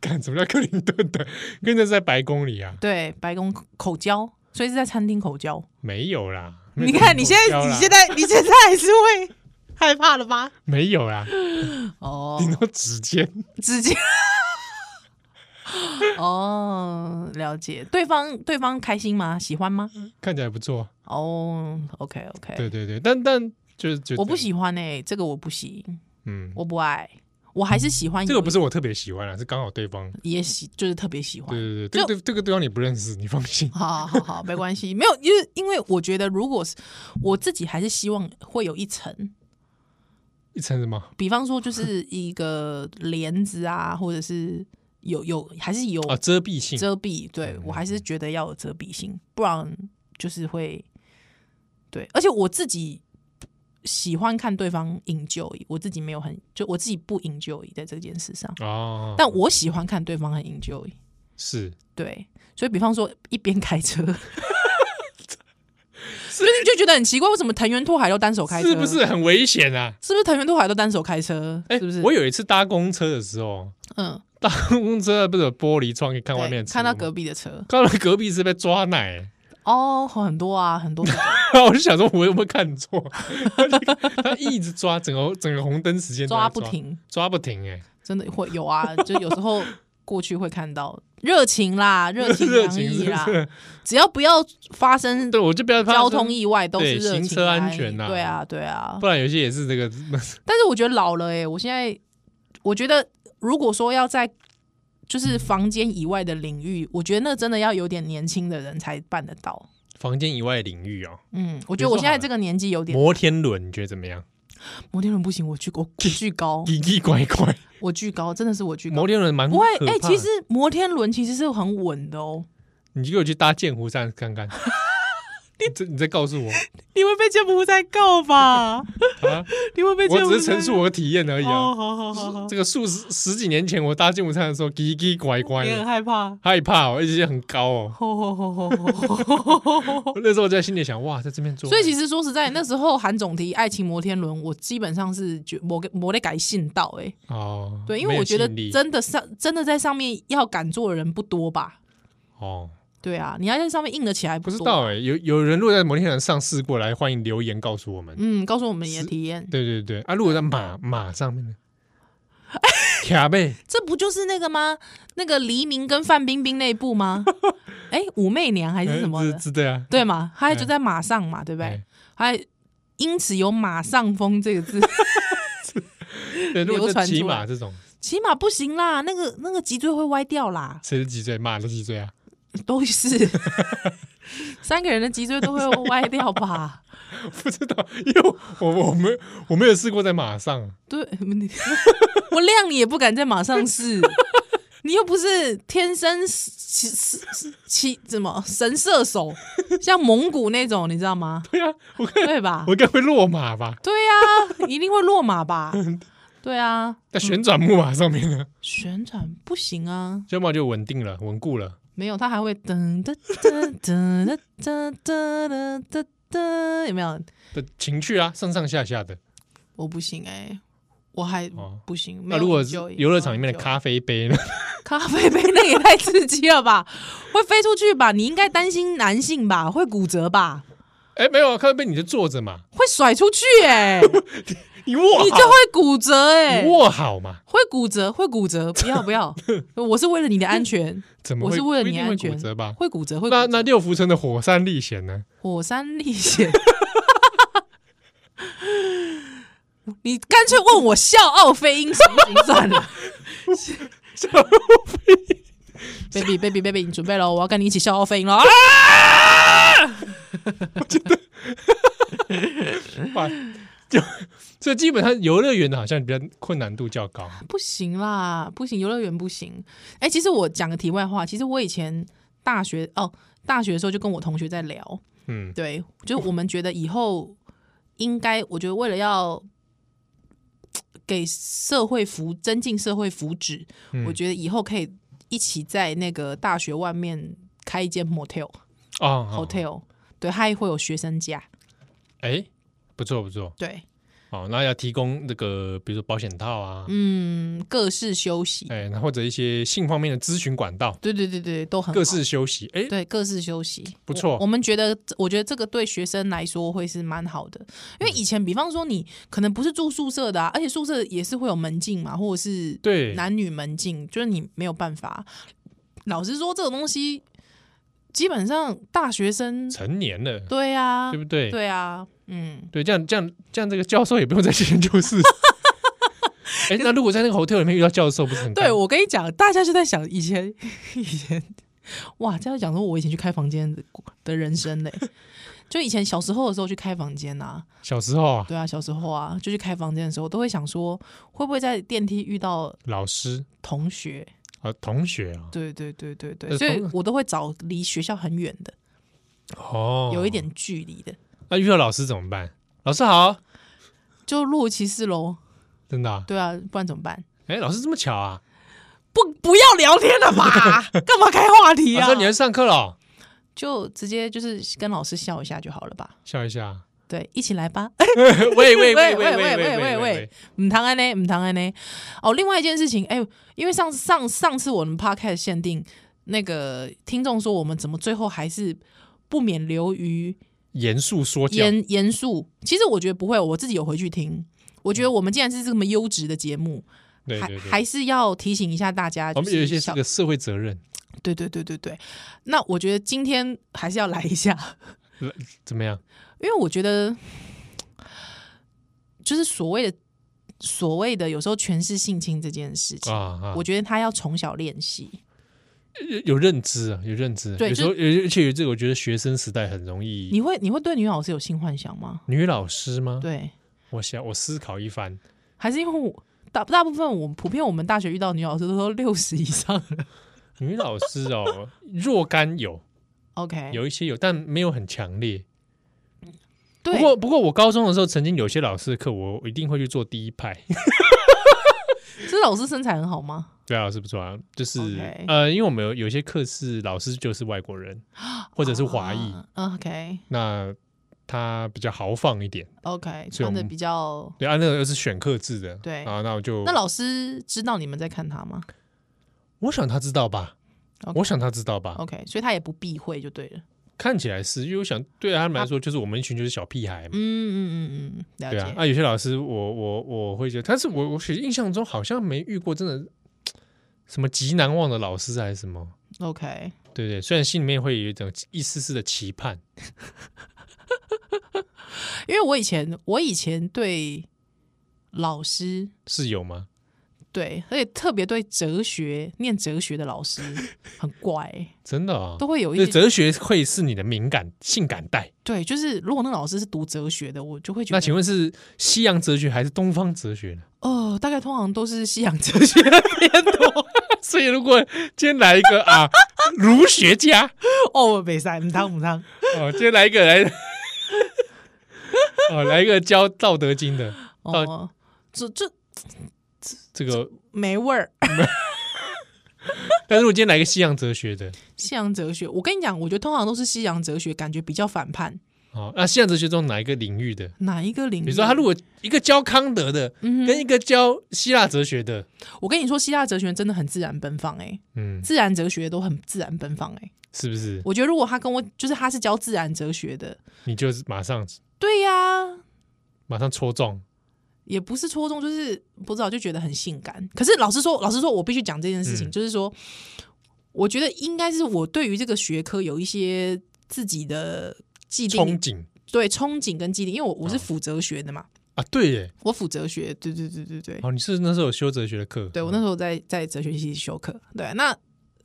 Speaker 1: 干什么叫克林顿的？克林顿是在白宫里啊？
Speaker 2: 对，白宫口交，所以是在餐厅口交。
Speaker 1: 没有啦。
Speaker 2: 你看，你现在，你现在，你现在还是会害怕了吗？
Speaker 1: 没有啦， *laughs*
Speaker 2: 哦
Speaker 1: 顶多指尖。
Speaker 2: 直接。 *laughs* 哦，了解。对方对方开心吗？喜欢吗？
Speaker 1: 看起来不错。
Speaker 2: 哦，OK OK。
Speaker 1: 对对对，但但就是就
Speaker 2: 我不，喜欢哎、这个我不行，
Speaker 1: 嗯，
Speaker 2: 我不爱，我还是喜欢有
Speaker 1: 这个不是我特别喜欢啊啦，是刚好对方。
Speaker 2: 也喜，就是特别喜欢。
Speaker 1: 对对对，这个对这个对方你不认识，你放心。*laughs*
Speaker 2: *laughs* 好好好，没关系，没有，因为因为我觉得，如果是我自己，还是希望会有一层，
Speaker 1: 一层什么？
Speaker 2: 比方
Speaker 1: *laughs*
Speaker 2: 说就是一个帘子啊，或者是有有还是有
Speaker 1: 啊，嗯遮蔽性。
Speaker 2: 遮蔽，对我还是觉得要有遮蔽性，不然就是会对。而且我自己喜欢看对方 enjoy，我自己没有很就我自己不 enjoy 在这件事上，
Speaker 1: 哦，
Speaker 2: 但我喜欢看对方很 enjoy，
Speaker 1: 是
Speaker 2: 对，所以比方说一边
Speaker 1: *laughs*
Speaker 2: 开车。所以你就觉得很奇怪，为什么藤原拓海都单手开车？
Speaker 1: 是不是？很危险啊？
Speaker 2: 是不是藤原拓海都单手开车？
Speaker 1: 哎，
Speaker 2: 是不是？
Speaker 1: 我有一次搭公车的时候，
Speaker 2: 嗯，
Speaker 1: 搭公车不是有玻璃窗可以看
Speaker 2: 对
Speaker 1: 外面的车吗，
Speaker 2: 看到隔壁的车
Speaker 1: 看到隔壁是被抓奶、欸，
Speaker 2: 哦，很多啊，
Speaker 1: *laughs*
Speaker 2: 很多
Speaker 1: 然后我就想说，我有没有看错？他一直抓，整个整个红灯时间都在
Speaker 2: 抓不，停。
Speaker 1: 抓不停、欸，
Speaker 2: 真的会有啊，就有时候过去会看到热情啦，热
Speaker 1: *laughs*
Speaker 2: 情
Speaker 1: 热
Speaker 2: 洋
Speaker 1: 情
Speaker 2: 溢
Speaker 1: 是不
Speaker 2: 啦，
Speaker 1: 是？ *laughs*
Speaker 2: 只要不要发生
Speaker 1: 对，我就不要怕
Speaker 2: 交通，意外，都是
Speaker 1: 对
Speaker 2: 热情
Speaker 1: 行车安
Speaker 2: 洋溢
Speaker 1: 全呐
Speaker 2: 对啊，对啊
Speaker 1: 不。然有些也是这个， *laughs*
Speaker 2: 但是我觉得老了哎、我现在我觉得如果说要在就是房间以外的领域，我觉得那真的要有点年轻的人才办得到。
Speaker 1: 房间以外的领域哦、
Speaker 2: 嗯，我
Speaker 1: 比
Speaker 2: 觉得
Speaker 1: 如
Speaker 2: 我
Speaker 1: 说
Speaker 2: 现在
Speaker 1: 好了
Speaker 2: 这个年纪有点
Speaker 1: 摩天轮你觉得怎么样？
Speaker 2: 摩天轮不行，我巨我我巨高，
Speaker 1: 奇奇怪怪，
Speaker 2: 我巨高，真的是我巨高
Speaker 1: 摩。天轮蛮
Speaker 2: 不会，
Speaker 1: 可
Speaker 2: 哎、
Speaker 1: 怕的
Speaker 2: 其实摩天轮其实是很稳的哦。
Speaker 1: 你就给我去搭剑湖山看
Speaker 2: *laughs*
Speaker 1: 看，你这你再告诉我
Speaker 2: 你会被柬埔寨告吧？
Speaker 1: *laughs* 啊，
Speaker 2: 你会被
Speaker 1: 我
Speaker 2: 柬埔
Speaker 1: 只
Speaker 2: 寨
Speaker 1: 是陈述我的体验而已
Speaker 2: 哦，
Speaker 1: 啊。
Speaker 2: 好好好好，
Speaker 1: 这个数十十几年前我搭剑湖山的时候，奇奇怪怪
Speaker 2: 你很
Speaker 1: 的，
Speaker 2: 害怕。
Speaker 1: 害怕哦，而且很高
Speaker 2: *laughs*
Speaker 1: 哦。
Speaker 2: 吼吼吼吼吼吼吼吼！
Speaker 1: 我那时候就在心里想，哇，在这边做爱，
Speaker 2: 所以其实说实在，那时候韩总提《爱情摩天轮》，我基本上是觉我我得改信到哎、欸，
Speaker 1: 哦，
Speaker 2: 对，因
Speaker 1: 没
Speaker 2: 为
Speaker 1: 有
Speaker 2: 我觉得
Speaker 1: 吸引力
Speaker 2: 真的上真的在上面要敢做的人不多吧？
Speaker 1: 哦，
Speaker 2: 对啊，你要在上面硬得起来
Speaker 1: 不
Speaker 2: 不
Speaker 1: 知
Speaker 2: 多
Speaker 1: 道哎、有有人如果在摩天轮上试过来，欢迎留言告诉我们。
Speaker 2: 嗯，告诉我们你的体验，
Speaker 1: 对对对，啊，如果在马
Speaker 2: 嗯
Speaker 1: 马上面呢？卡贝
Speaker 2: 这不就是那个吗？那个黎明跟范冰冰那一部吗？ *laughs* 哎、武媚娘 *laughs* 还是什么
Speaker 1: 是
Speaker 2: 的？
Speaker 1: 是对啊，
Speaker 2: 对嘛？他还就
Speaker 1: 哎
Speaker 2: 在马上嘛，对不对
Speaker 1: 哎？
Speaker 2: 还因此有“马上风”这
Speaker 1: *laughs*
Speaker 2: 个字，
Speaker 1: 对，如果
Speaker 2: 流
Speaker 1: 在
Speaker 2: 传
Speaker 1: 骑
Speaker 2: 出来
Speaker 1: 马这种，
Speaker 2: 骑马不行啦，那个那个脊椎会歪掉啦，
Speaker 1: 谁是脊椎？马的脊椎啊？ *laughs*
Speaker 2: 都是三个人的脊椎都会歪掉吧？
Speaker 1: 不知道，因为我我没我没有试过在马上，
Speaker 2: *laughs* 对，
Speaker 1: *laughs*
Speaker 2: 你我谅你也不敢在马上试，你又不是天生骑骑骑怎么神射手，像蒙古那种，你知道吗？
Speaker 1: 对啊，我看
Speaker 2: 对吧
Speaker 1: 我？应该会落马吧？
Speaker 2: 对呀、一定会落
Speaker 1: *laughs*
Speaker 2: 马吧？
Speaker 1: 嗯
Speaker 2: 对啊，
Speaker 1: 在旋转木马上面呢，
Speaker 2: 旋转不行啊。
Speaker 1: 旋转木马就稳定了，稳固了。
Speaker 2: 没有，他还会噔噔噔噔噔噔噔噔噔，有没有？
Speaker 1: 的情趣啊，上上下下的。
Speaker 2: 我不行哎、我还
Speaker 1: 哦
Speaker 2: 不行。没
Speaker 1: 那
Speaker 2: 有
Speaker 1: 如果是
Speaker 2: enjoy，
Speaker 1: 游乐场里面的
Speaker 2: 没有
Speaker 1: 咖啡杯呢？ *laughs*
Speaker 2: enjoy 咖啡杯，那也太刺激了吧！ *laughs* 会飞出去吧？你应该担心男性吧？会骨折吧？
Speaker 1: 哎，没有啊，咖啡杯你就坐着嘛，
Speaker 2: 会甩出去
Speaker 1: *laughs*
Speaker 2: 哎、
Speaker 1: 你握好，
Speaker 2: 你就会骨折哎、
Speaker 1: 你握好嘛，
Speaker 2: 会骨折，会骨折，不要不
Speaker 1: *laughs*
Speaker 2: 要！我是为了你的安全，
Speaker 1: 怎么
Speaker 2: 我
Speaker 1: 会？
Speaker 2: 是为了
Speaker 1: 不一
Speaker 2: 你
Speaker 1: 定
Speaker 2: 安
Speaker 1: 会
Speaker 2: 全
Speaker 1: 骨折吧？
Speaker 2: 会骨折，会骨
Speaker 1: 那
Speaker 2: 折。
Speaker 1: 那六福村的火山历险呢？
Speaker 2: 火山历险。 *laughs* 你干脆问我笑傲飞鹰行不行算
Speaker 1: *laughs*
Speaker 2: 了。baby baby baby，你准备了，我要跟你一起笑傲飞
Speaker 1: *laughs*
Speaker 2: 鹰了啊！
Speaker 1: *laughs* 哇，就所以基本上游乐园的好像比较困难度较高。
Speaker 2: 不行啦，不行，游乐园不行。哎、其实我讲个题外话，其实我以前大学哦，大学的时候就跟我同学在聊，
Speaker 1: 嗯，
Speaker 2: 对，就是我们觉得以后应该，我觉得为了要给社会福增进社会福祉，
Speaker 1: 嗯
Speaker 2: 我觉得以后可以一起在那个大学外面开一间 motel
Speaker 1: 哦好
Speaker 2: hotel，对，它也会有学生价，
Speaker 1: 哎，不错不错
Speaker 2: 对，
Speaker 1: 哦，那要提供那个比如说保险套啊，
Speaker 2: 嗯，各式休息，
Speaker 1: 哎，那或者一些性方面的咨询管道，
Speaker 2: 对对对对，都很
Speaker 1: 各
Speaker 2: 好
Speaker 1: 式休息，哎，
Speaker 2: 对，各自休息，
Speaker 1: 不错
Speaker 2: 我。我们觉得，我觉得这个对学生来说会是蛮好的，因为以前，比方说你可能不是住宿舍的、啊，而且宿舍也是会有门禁嘛，或者是
Speaker 1: 对
Speaker 2: 男女门禁，就是你没有办法。老实说，这种东西基本上大学生，
Speaker 1: 成年了，
Speaker 2: 对啊
Speaker 1: 对，不对？
Speaker 2: 对啊，嗯，
Speaker 1: 对，这样这样这样，这个教授也不用再去研究
Speaker 2: *laughs*
Speaker 1: 室。哎，那如果在那个 hotel 里面遇到教授，不是很尴
Speaker 2: 对我跟你讲，大家就在想以前 *laughs* 以前，哇，这样讲说我以前去开房间的的人生嘞，就以前小时候的时候去开房间啊，
Speaker 1: 小时候啊，
Speaker 2: 对啊，小时候啊，就去开房间的时候，都会想说，会不会在电梯遇到
Speaker 1: 老师
Speaker 2: 同学？
Speaker 1: 啊，同学啊，
Speaker 2: 对对对对对，
Speaker 1: 呃
Speaker 2: 所以
Speaker 1: 同
Speaker 2: 我都会找离学校很远的，
Speaker 1: 哦，
Speaker 2: 有一。点距离的，
Speaker 1: 那遇到老师怎么办？老师好，
Speaker 2: 就若无其事喽。
Speaker 1: 真的啊、
Speaker 2: 对啊，不然怎么办？
Speaker 1: 哎、老师这么巧啊？
Speaker 2: 不，不要聊天了吧？ *laughs* 干嘛开话题
Speaker 1: 老
Speaker 2: 啊
Speaker 1: 师，？你来上课了哦？
Speaker 2: 就直接就是跟老师笑一下就好了吧？
Speaker 1: 笑一下。
Speaker 2: 对，一起来吧。
Speaker 1: 喂喂
Speaker 2: *laughs* 喂
Speaker 1: 喂喂喂
Speaker 2: 喂喂喂
Speaker 1: 喂
Speaker 2: 喂
Speaker 1: 喂
Speaker 2: 喂
Speaker 1: 喂，，
Speaker 2: 唔谈安呢，唔谈安呢。哦，另外一件事情，哎、因为上上上次我们 podcast 限定那个听众说，我们怎么最后还是不免流于
Speaker 1: 严肃说教。
Speaker 2: 严严肃？其实我觉得不会，我自己有回去听。我觉得我们既然是这么优质的节目，
Speaker 1: 嗯对
Speaker 2: 还
Speaker 1: 对对，
Speaker 2: 还是要提醒一下大家，
Speaker 1: 我
Speaker 2: 就
Speaker 1: 们
Speaker 2: 是
Speaker 1: 有一些这
Speaker 2: 小
Speaker 1: 个社会责任，
Speaker 2: 对对对对对。那我觉得今天还是要来一下，
Speaker 1: 怎么样？
Speaker 2: 因为我觉得，就是所谓的所谓的有时候诠释性侵这件事情
Speaker 1: 啊，啊，
Speaker 2: 我觉得他要从小练习。
Speaker 1: 有有认知啊，有认知。
Speaker 2: 对
Speaker 1: 有
Speaker 2: 就
Speaker 1: 时候，有而且有这个，我觉得学生时代很容易
Speaker 2: 你。会你会对女老师有性幻想吗？
Speaker 1: 女老师吗？，
Speaker 2: 对，
Speaker 1: 我想我思考一番。
Speaker 2: 还是因为我大大部分我普遍我们大学遇到女老师都说六十以上了。
Speaker 1: 女老师哦， *laughs* 若干有，
Speaker 2: OK，
Speaker 1: 有一些有，但没有很强烈。
Speaker 2: 对
Speaker 1: 不过，不过我高中的时候，曾经有些老师的课，我一定会去做第一排。
Speaker 2: 这老师身材很好吗？
Speaker 1: 对啊，老师不错啊，就是
Speaker 2: OK
Speaker 1: 呃，因为我们有有些课是老师就是外国人或者是华裔，
Speaker 2: 啊 OK
Speaker 1: 那他比较豪放一点。
Speaker 2: OK，
Speaker 1: 所以我
Speaker 2: 穿
Speaker 1: 们
Speaker 2: 的比较。
Speaker 1: 对啊，那个又是选课制的，
Speaker 2: 对
Speaker 1: 啊，那我就
Speaker 2: 那老师知道你们在看他吗
Speaker 1: 我想他知道吧
Speaker 2: OK
Speaker 1: 我想他知道吧
Speaker 2: ？OK，所以他也不避讳就对了。
Speaker 1: 看起来是，因为我想对他们来说，就是我们一群就是小屁孩嘛。
Speaker 2: 啊嗯嗯嗯嗯，了
Speaker 1: 对啊，
Speaker 2: 解。
Speaker 1: 啊，有些老师我我我会觉得，但是我我其实印象中好像没遇过真的什么极难忘的老师还是什么，
Speaker 2: OK，
Speaker 1: 对对，虽然心里面会有一种一丝丝的期盼，
Speaker 2: 因为我以前我以前对老师
Speaker 1: 是有吗？
Speaker 2: 对，而且特别对哲学念哲学的老师很怪欸、
Speaker 1: *laughs* 真的啊、
Speaker 2: 都会有
Speaker 1: 对
Speaker 2: 一些
Speaker 1: 哲学会是你的敏感性感带。
Speaker 2: 对，就是如果那个老师是读哲学的，我就会觉得
Speaker 1: 那请问是西洋哲学还是东方哲学呢？
Speaker 2: 哦，大概通常都是西洋哲学偏多
Speaker 1: *laughs* 所以如果今天来一个啊儒学家，
Speaker 2: 哦，北塞唔汤唔汤，
Speaker 1: *laughs* 哦，今天来一个来， *laughs* 哦，来一个教《道德经》的，
Speaker 2: 哦，这这
Speaker 1: 这个。
Speaker 2: 没味儿。 *laughs*
Speaker 1: 但是我今天来一个西洋哲学的，
Speaker 2: 西洋哲学，我跟你讲，我觉得通常都是西洋哲学，感觉比较反叛。
Speaker 1: 哦，那西洋哲学中哪一个领域的？
Speaker 2: 哪一个领域？
Speaker 1: 比如说，他如果一个教康德的，嗯跟一个教希腊哲学的，
Speaker 2: 我跟你说，希腊哲学真的很自然奔放、欸，哎，
Speaker 1: 嗯，
Speaker 2: 自然哲学都很自然奔放、欸，哎，
Speaker 1: 是不是？
Speaker 2: 我觉得如果他跟我，就是他是教自然哲学的，
Speaker 1: 你就是马上
Speaker 2: 对呀、
Speaker 1: 马上戳中，
Speaker 2: 也不是戳中，就是不知道就觉得很性感。可是老实说，老实说，我必须讲这件事情，
Speaker 1: 嗯
Speaker 2: 就是说，我觉得应该是我对于这个学科有一些自己的既
Speaker 1: 憧啊
Speaker 2: 定，
Speaker 1: 憬
Speaker 2: 对憧憬跟既定，因为我我是辅哲学的嘛，
Speaker 1: 啊，对耶，
Speaker 2: 我辅哲学，对对对对对，
Speaker 1: 哦，你是那时候有修哲学的课，
Speaker 2: 对我那时候在在哲学系修课，对，那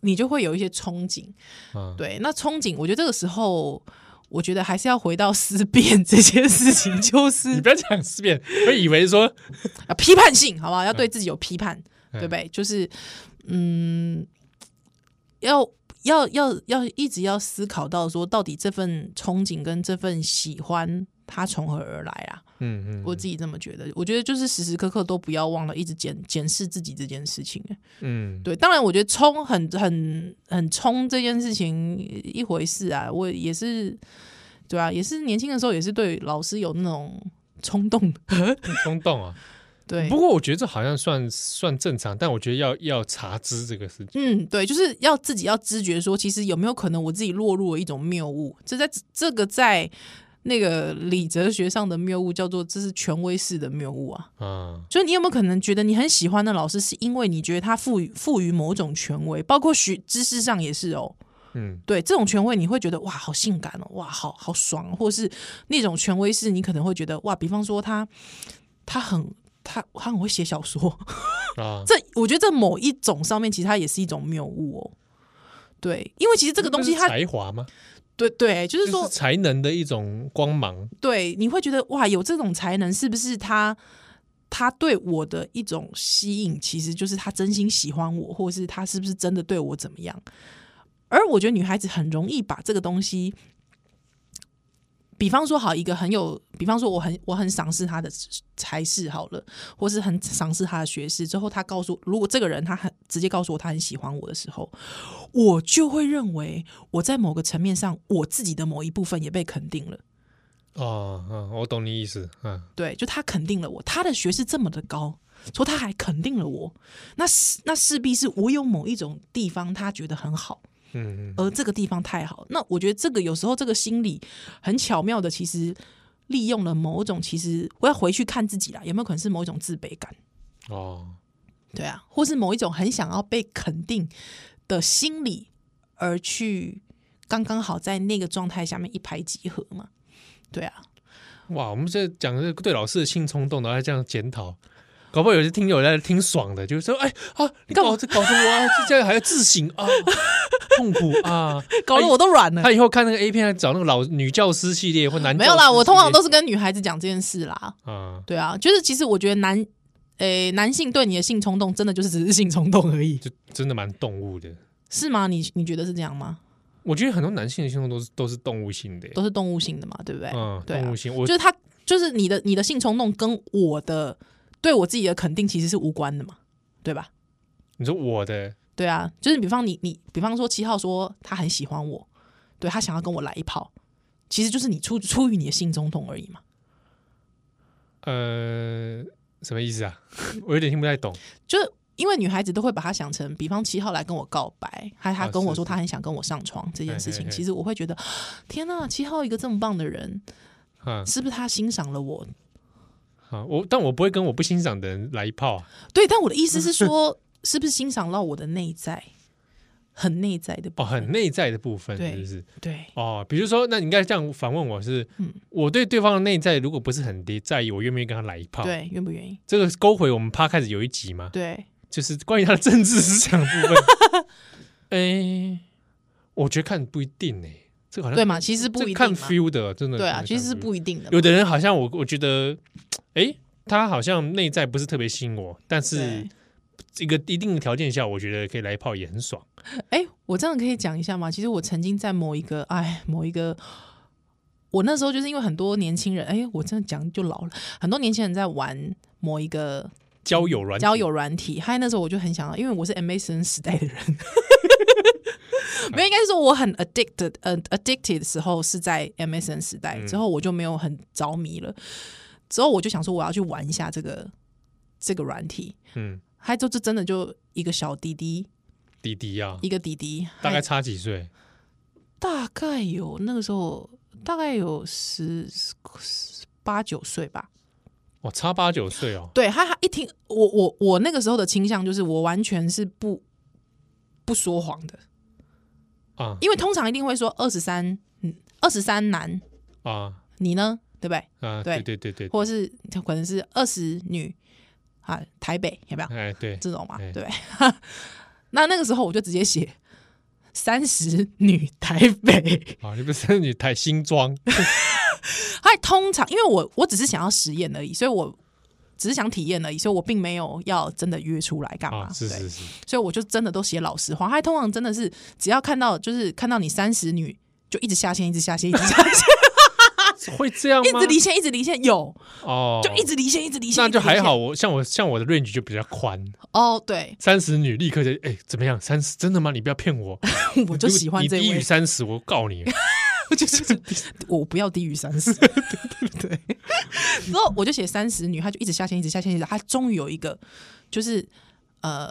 Speaker 2: 你就会有一些憧憬，
Speaker 1: 啊，
Speaker 2: 对，那憧憬，我觉得这个时候，我觉得还是要回到思辨这件事情， *laughs* 就
Speaker 1: 你
Speaker 2: 是
Speaker 1: 不要讲思辨，我以为说
Speaker 2: 啊批判性，好不好？要对自己有批判，
Speaker 1: 嗯
Speaker 2: 对不对？就是嗯，要要要要一直要思考到说，到底这份憧憬跟这份喜欢。它从何而来啊？
Speaker 1: 嗯嗯，
Speaker 2: 我自己这么觉得，我觉得就是时时刻刻都不要忘了一直检检视自己这件事情。欸
Speaker 1: *laughs* 嗯
Speaker 2: 对，当然我觉得冲很很很冲这件事情一回事啊，我也是，对啊，也是年轻的时候也是对老师有那种冲动，
Speaker 1: 冲动啊。
Speaker 2: 对
Speaker 1: 不，过我觉得这好像算算正常，但我觉得要要查知这个事情，
Speaker 2: 嗯，对，就是要自己要知觉说，其实有没有可能我自己落入了一种谬误，这在这个在那个理哲学上的谬误叫做这是权威式的谬误啊。
Speaker 1: 啊，
Speaker 2: 就你有没有可能觉得你很喜欢的老师，是因为你觉得他赋予赋予某种权威，包括学知识上也是哦。
Speaker 1: 嗯
Speaker 2: 对这种权威，你会觉得哇，好性感哦，哇，好好爽哦，或是那种权威是你可能会觉得哇，比方说他他很他他很会写小说， *laughs*
Speaker 1: 啊，
Speaker 2: 这我觉得这某一种上面其实它也是一种谬误哦。对，因为其实这个东西
Speaker 1: 那是
Speaker 2: 它
Speaker 1: 才华吗？
Speaker 2: 对对，就是
Speaker 1: 就
Speaker 2: 说
Speaker 1: 是才能的一种光芒，
Speaker 2: 对，你会觉得哇，有这种才能是不是他？他对我的一种吸引，其实就是他真心喜欢我，或是他是不是真的对我怎么样？而我觉得女孩子很容易把这个东西，比方说好一个很有，比方说我很我很赏识他的才识好了，或是很赏识他的学识，之后他告诉如果这个人他很直接告诉我他很喜欢我的时候，我就会认为我在某个层面上我自己的某一部分也被肯定了。
Speaker 1: 哦，嗯，我懂你意思，嗯，
Speaker 2: 对，就他肯定了我，他的学是这么的高，说他还肯定了我，那势那势必是我有某一种地方他觉得很好，
Speaker 1: 嗯嗯
Speaker 2: 而这个地方太好。那我觉得这个有时候这个心理很巧妙的，其实利用了某种，其实我要回去看自己啦，有没有可能是某一种自卑感？呃
Speaker 1: 哦，
Speaker 2: 对啊，或是某一种很想要被肯定的心理，而去刚刚好在那个状态下面一拍即合嘛？对啊，
Speaker 1: 哇，我们这讲的是对老师的性冲动，然后还这样检讨。搞不好有些听友在听爽的，就是说，哎啊，你
Speaker 2: 干嘛
Speaker 1: 搞这搞什么啊？这这样还要自省
Speaker 2: *laughs*
Speaker 1: 啊，痛苦啊！
Speaker 2: 搞得我都软了。
Speaker 1: 他以后看那个 A 片，还找那个老女教师系列或男
Speaker 2: 没有啦，我通常都
Speaker 1: 是
Speaker 2: 是跟女孩子讲这件事啦。
Speaker 1: 啊，
Speaker 2: 对啊，就是其实我觉得男，诶、男性对你的性冲动，真的就是只是性冲动而已， *laughs*
Speaker 1: 就真的蛮动物的。
Speaker 2: 是吗？你你觉得是这样吗？
Speaker 1: 我觉得很多男性的性冲动都是都是动物性的耶，
Speaker 2: 都是动物性的嘛，对不对？
Speaker 1: 嗯，
Speaker 2: 对啊
Speaker 1: 动物性。我
Speaker 2: 就是他，就是你的你的性冲动跟我的对我自己的肯定其实是无关的嘛，对吧？
Speaker 1: 你说我的
Speaker 2: 对啊，就是比方你你比方说七号说他很喜欢我，对他想要跟我来一炮，其实就是你出出于你的性冲动而已嘛。
Speaker 1: 呃什么意思啊？ *laughs* 我有点听不太懂。
Speaker 2: 就是因为女孩子都会把她想成，比方七号来跟我告白，还她
Speaker 1: 啊
Speaker 2: 跟我
Speaker 1: 是
Speaker 2: 说
Speaker 1: 是
Speaker 2: 她很想跟我上床这件事
Speaker 1: 嘿
Speaker 2: 情，
Speaker 1: 嘿嘿
Speaker 2: 其实我会觉得，天呐，七号一个这么棒的人，
Speaker 1: 啊
Speaker 2: 是不是他欣赏了我？
Speaker 1: 啊，我但我不会跟我不欣赏的人来一炮啊。
Speaker 2: 对，但我的意思是说，是不是欣赏到我的内在，很内在的部
Speaker 1: 哦，
Speaker 2: 分
Speaker 1: 很内在的部分
Speaker 2: 对
Speaker 1: 是不是？
Speaker 2: 对，
Speaker 1: 哦，比如说，那你应该这样反问我是，
Speaker 2: 嗯
Speaker 1: 我对对方的内在如果不是很在意，我愿不愿意跟他来一炮？，
Speaker 2: 对，愿不愿意？
Speaker 1: 这个勾回我们趴开始有一集嘛，
Speaker 2: 对，
Speaker 1: 就是关于他的政治思想的部分。
Speaker 2: *laughs*
Speaker 1: 哎、我觉得看不一定呢、这个好像
Speaker 2: 对嘛？其实不
Speaker 1: 这
Speaker 2: 一
Speaker 1: 看
Speaker 2: 定嘛，
Speaker 1: feel 的，真的
Speaker 2: 对啊，
Speaker 1: 真的看
Speaker 2: 其实是
Speaker 1: feel
Speaker 2: 不一定的嘛。
Speaker 1: 有的人好像我我觉得，哎、他好像内在不是特别吸引我，但是
Speaker 2: 对，
Speaker 1: 一个一定的条件下，我觉得可以来一炮也很爽。
Speaker 2: 哎，我这样可以讲一下吗？其实我曾经在某一个，哎，某一个，我那时候就是因为很多年轻人，哎，我真的讲就老了，很多年轻人在玩某一个
Speaker 1: 交友软体
Speaker 2: 嗯交友软体，嗨，那时候我就很想要，因为我是 MSN 时代
Speaker 1: *laughs*
Speaker 2: 的人，没有，应该是说我很 addicted，呃、addicted 的时候是在 MSN 时代，
Speaker 1: 嗯
Speaker 2: 之后我就没有很着迷了，之后我就想说我要去玩一下这个这个软体，
Speaker 1: 嗯，
Speaker 2: 嗨，就就真的就一个小弟弟，
Speaker 1: 滴滴啊，
Speaker 2: 一个弟弟，
Speaker 1: 大概
Speaker 2: 嗨
Speaker 1: 差几岁？
Speaker 2: 大概有那个时候大概有十十八九岁吧。
Speaker 1: 哦，差八九岁哦。
Speaker 2: 对他他一听我我我那个时候的倾向就是我完全是不不说谎的，
Speaker 1: 啊
Speaker 2: 因为通常一定会说二十三，嗯，二十三男，
Speaker 1: 啊，
Speaker 2: 你呢？对不对？
Speaker 1: 啊，对
Speaker 2: 对
Speaker 1: 对对对，
Speaker 2: 或者是可能是二十女啊，台北有没有
Speaker 1: 哎对，
Speaker 2: 这种嘛？
Speaker 1: 哎
Speaker 2: 对不对？ *laughs* 那那个时候我就直接写三十女台北。
Speaker 1: 啊，你不是你台新
Speaker 2: *laughs*
Speaker 1: 装，
Speaker 2: 还通常因为我我只是想要实验而已，所以我只是想体验而已，所以我并没有要真的约出来干嘛。
Speaker 1: 啊，是
Speaker 2: 对
Speaker 1: 是是，
Speaker 2: 所以我就真的都写老实话。他通常真的是只要看到就是看到你三十女，就一直下线，一直下线，一直下线，
Speaker 1: 会这样吗？
Speaker 2: 一直离线，一直离线，有
Speaker 1: 哦，
Speaker 2: 就一直离线，一直离线，
Speaker 1: 那就
Speaker 2: 一直离
Speaker 1: 还
Speaker 2: 线
Speaker 1: 好。我像我像我的 range 就比较宽，
Speaker 2: 哦。对，
Speaker 1: 三十女立刻就哎怎么样？三十真的吗？你不要骗我，
Speaker 2: 我 *laughs* 就喜欢
Speaker 1: 你
Speaker 2: 这
Speaker 1: 低于
Speaker 2: 位，
Speaker 1: 三十，我告
Speaker 2: *laughs*
Speaker 1: 你，
Speaker 2: 就是我不要低于三十， *laughs* 对对对。然后我就写三十女，她就一直下线，一直下线，一直她终于有一个就是呃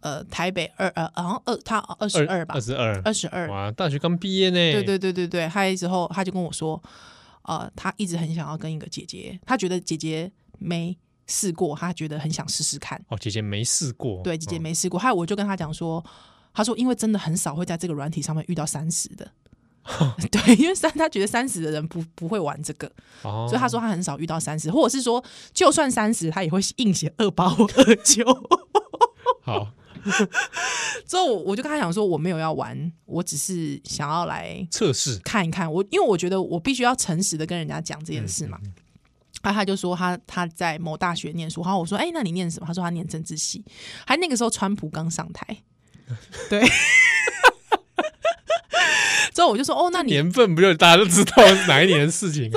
Speaker 2: 呃台北二呃，然后二她二十二吧
Speaker 1: 二，十二，
Speaker 2: 二十二，
Speaker 1: 哇，大学刚毕业呢，
Speaker 2: 对对对对对，嗨之后他就跟我说，呃，他一直很想要跟一个姐姐，他觉得姐姐没试过，他觉得很想试试看。
Speaker 1: 哦，姐姐没试过，
Speaker 2: 对，姐姐
Speaker 1: 哦
Speaker 2: 没试过，还有我就跟他讲说，他说因为真的很少会在这个软体上面遇到三十的。对，因为三他觉得三十的人不不会玩这个，
Speaker 1: 哦，
Speaker 2: 所以他说他很少遇到三十，或者是说就算三十，他也会硬写二八或二九。
Speaker 1: *laughs*
Speaker 2: *laughs*
Speaker 1: 好
Speaker 2: 之后我我就跟他讲说我没有要玩，我只是想要来
Speaker 1: 测试，
Speaker 2: 看一看我，因为我觉得我必须要诚实的跟人家讲这件事嘛。然后他就说他他在某大学念书，然后我说哎、那你念什么？他说他念政治系，还那个时候川普刚上台，对。 *laughs* 之后我就说哦，那你
Speaker 1: 年份不就大家都知道是哪一年的事
Speaker 2: *laughs*
Speaker 1: 情啊？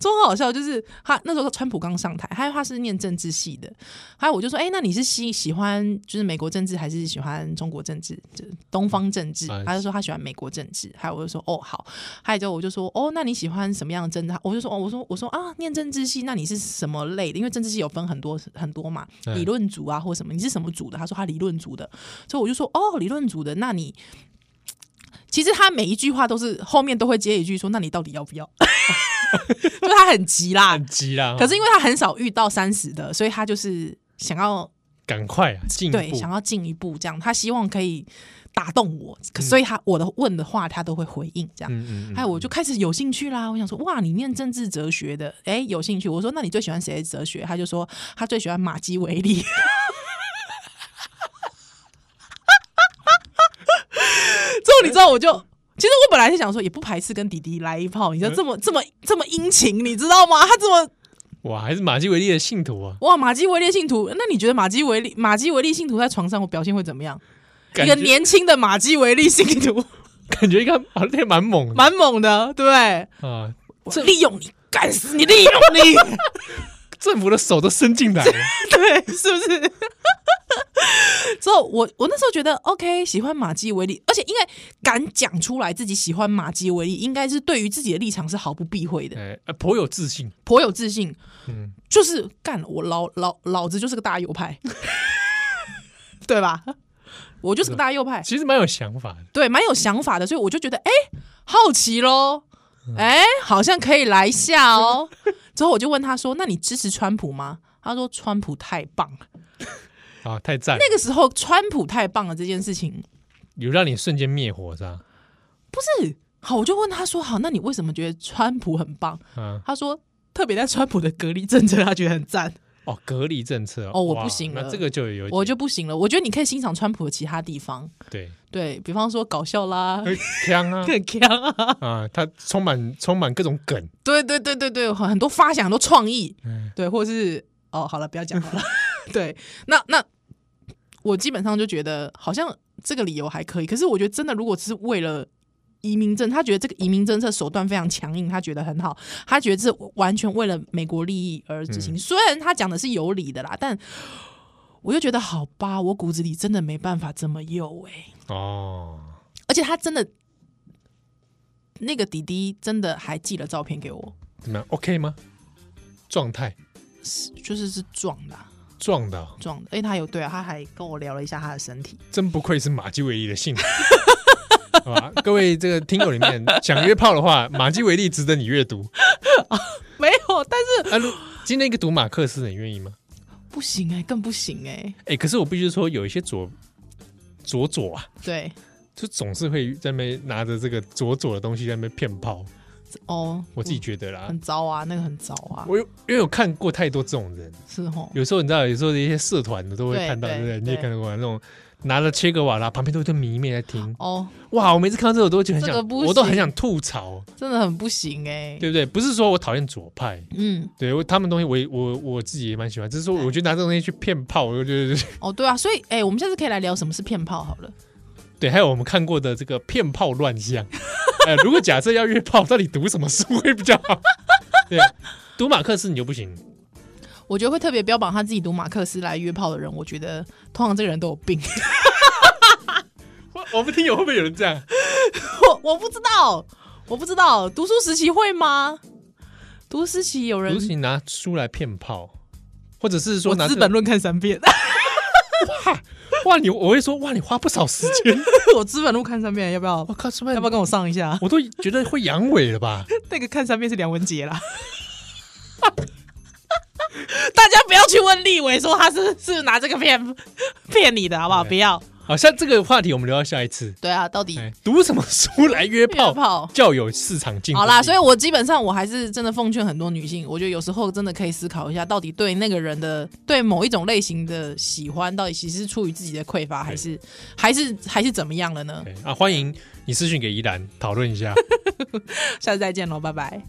Speaker 2: 之后很好笑，就是他那时候川普刚上台，还有他是念政治系的，还有我就说哎、那你是喜喜欢就是美国政治还是喜欢中国政治？就东方政治
Speaker 1: 哎，
Speaker 2: 他就说他喜欢美国政治，还有我就说哦好，还有之后我就说哦，那你喜欢什么样的政治？我就说哦，我说我说啊，念政治系，那你是什么类的？因为政治系有分很多很多嘛，
Speaker 1: 嗯
Speaker 2: 理论组啊或什么，你是什么组的？他说他理论组的，所以我就说哦，理论组的，那你。其实他每一句话都是后面都会接一句说：“那你到底要不要？” *laughs* 就他很急啦，
Speaker 1: 急啦，哦
Speaker 2: 可是因为他很少遇到三十的，所以他就是想要
Speaker 1: 赶快啊，进一
Speaker 2: 对
Speaker 1: 步
Speaker 2: 想要进一步这样，他希望可以打动我，可所以他我的问的话他都会回应这样。
Speaker 1: 嗯嗯嗯，
Speaker 2: 哎，我就开始有兴趣啦！我想说，哇，你念政治哲学的，哎，有兴趣。我说，那你最喜欢谁的哲学？他就说，他最喜欢马基维
Speaker 1: *laughs*
Speaker 2: 利。之后你知道，我就其实我本来是想说，也不排斥跟弟弟来一炮，你
Speaker 1: 嗯
Speaker 2: 知道这么这么这么殷勤，你知道吗？他这么
Speaker 1: 哇，还是马基维利的信徒啊，
Speaker 2: 哇，马基维利信徒，那你觉得马基维利马基维利信徒在床上我表现会怎么样？一
Speaker 1: 感
Speaker 2: 个
Speaker 1: 觉
Speaker 2: 年轻的马基维利信徒，
Speaker 1: 感觉应该好像蛮猛的
Speaker 2: 蛮猛的，对不对？
Speaker 1: 啊，
Speaker 2: 我利用你，干死你，利用你，
Speaker 1: 政府的手都伸进
Speaker 2: *laughs*
Speaker 1: 来了，
Speaker 2: 对，是不是？之后我我那时候觉得 OK，喜欢马基维利，而且因为敢讲出来自己喜欢马基维利，应该是对于自己的立场是毫不避讳的，
Speaker 1: 哎，呃颇有自信，
Speaker 2: 颇有自信。
Speaker 1: 嗯
Speaker 2: 就是干我老老老子就是个大
Speaker 1: *laughs*
Speaker 2: 右派，对吧？我就是个大右派，
Speaker 1: 其实蛮有想法的，
Speaker 2: 对，蛮有想法的，所以我就觉得，哎、好奇喽，哎、好像可以来一下哦。之后我就问他说：“那你支持川普吗？”他说：“川普太棒了。
Speaker 1: 啊，太赞了，”
Speaker 2: 那个时候，川普太棒了这件事情，
Speaker 1: 有让你瞬间灭火是吧？
Speaker 2: 不是好，我就问他说：“好，那你为什么觉得川普很棒
Speaker 1: 啊？”，
Speaker 2: 他说：“特别在川普的隔离政策，他觉得很赞。
Speaker 1: 哦，隔离政策
Speaker 2: 哦我不
Speaker 1: 哇
Speaker 2: 行
Speaker 1: 那
Speaker 2: 了
Speaker 1: 这个就有一”点
Speaker 2: 我就不行了，我觉得你可以欣赏川普的其他地方，
Speaker 1: 对，
Speaker 2: 对比方说搞笑啦，
Speaker 1: 很强
Speaker 2: *laughs*
Speaker 1: 啊
Speaker 2: 很强啊，
Speaker 1: 啊，它充满充满各种梗，
Speaker 2: 对对对对对，很多发想，很多创意，
Speaker 1: 嗯
Speaker 2: 对，或是哦，好了，不要讲好了。 *laughs* 对，那那我基本上就觉得好像这个理由还可以，可是我觉得真的，如果是为了移民政，他觉得这个移民政策手段非常强硬，他觉得很好，他觉得这完全为了美国利益而执行。虽然他讲的是有理的啦，但我就觉得好吧，我骨子里真的没办法这么右哎、
Speaker 1: 哦，
Speaker 2: 而且他真的。那个弟弟真的还寄了照片给我，
Speaker 1: 怎么样？OK 吗？状态
Speaker 2: 就是是撞的啊、
Speaker 1: 撞的哦，
Speaker 2: 撞的，而且他有对啊，他还跟我聊了一下他的身体。
Speaker 1: 真不愧是马基维利的信徒。 *laughs* 好吧，各位这个听友里面想约炮的
Speaker 2: *laughs*
Speaker 1: 话，马基维利值得你阅读。
Speaker 2: *laughs* 没有，但是
Speaker 1: 啊，如今天一个读马克思，你愿意吗？
Speaker 2: 不行哎、更不行哎、
Speaker 1: 哎、可是我必须说，有一些左左左啊，
Speaker 2: 对，
Speaker 1: 就总是会在那边拿着这个左左的东西在那边骗炮。
Speaker 2: 哦，
Speaker 1: 我自己觉得啦。
Speaker 2: 很糟啊，那个很糟啊，
Speaker 1: 我有因为我看过太多这种人，
Speaker 2: 是哦，
Speaker 1: 有时候你知道，有时候一些社团的都会
Speaker 2: 对
Speaker 1: 看到，对
Speaker 2: 对
Speaker 1: 不对？
Speaker 2: 对
Speaker 1: 你也看到过那种拿了切格瓦拉，旁边都一堆迷妹在听。
Speaker 2: 哦，
Speaker 1: 哇，我每次看到这个，我都觉得很
Speaker 2: 这个
Speaker 1: 想，
Speaker 2: 不行
Speaker 1: 我都很想吐槽，
Speaker 2: 真的很不行哎、
Speaker 1: 对不对？不是说我讨厌左派，
Speaker 2: 嗯，
Speaker 1: 对我他们东西我也我我自己也蛮喜欢，只是说我觉得拿这种东西去骗炮，我就 *laughs* 觉得
Speaker 2: 哦，对啊，所以哎、我们下次可以来聊什么是骗炮好了。
Speaker 1: 对。还有我们看过的这个骗炮乱象， *laughs* 呃，如果假设要约炮，到底读什么书会比较好？对，读马克思你就不行，
Speaker 2: 我觉得会特别标榜他自己读马克思来约炮的人，我觉得通常这个人都有病。 *laughs*
Speaker 1: 我我们听友会不会有人这样？
Speaker 2: 我我不知道，我不知道，读书时期会吗？读书时期有人
Speaker 1: 尤其拿书来骗炮，或者是说
Speaker 2: 我
Speaker 1: 拿
Speaker 2: 资
Speaker 1: 这
Speaker 2: 本论看三遍， *laughs*
Speaker 1: 哇，你我会说哇，你花不少时间， *laughs*
Speaker 2: 我资本论看三遍，要不要
Speaker 1: 我？靠，是不是？
Speaker 2: 要不要跟我上一下？
Speaker 1: 我都觉得会阳痿了吧？
Speaker 2: 那个看三遍是梁文杰啦。 *laughs* 大家不要去问立伟说他是是拿这个骗骗你的，好不好？
Speaker 1: 对
Speaker 2: 不要。
Speaker 1: 好，像这个话题我们留到下一次。
Speaker 2: 对啊，到底
Speaker 1: 哎，读什么书来约炮？
Speaker 2: 约炮
Speaker 1: 较有市场竞争
Speaker 2: 好
Speaker 1: 力。
Speaker 2: 啦，所以我基本上我还是真的奉劝很多女性，我觉得有时候真的可以思考一下，到底对那个人的对某一种类型的喜欢，到底其实是出于自己的匮乏，还是还是还是怎么样了
Speaker 1: 哎
Speaker 2: 呢？
Speaker 1: 对啊，欢迎你私讯给依兰讨论一下。
Speaker 2: 下次再见喽，拜拜。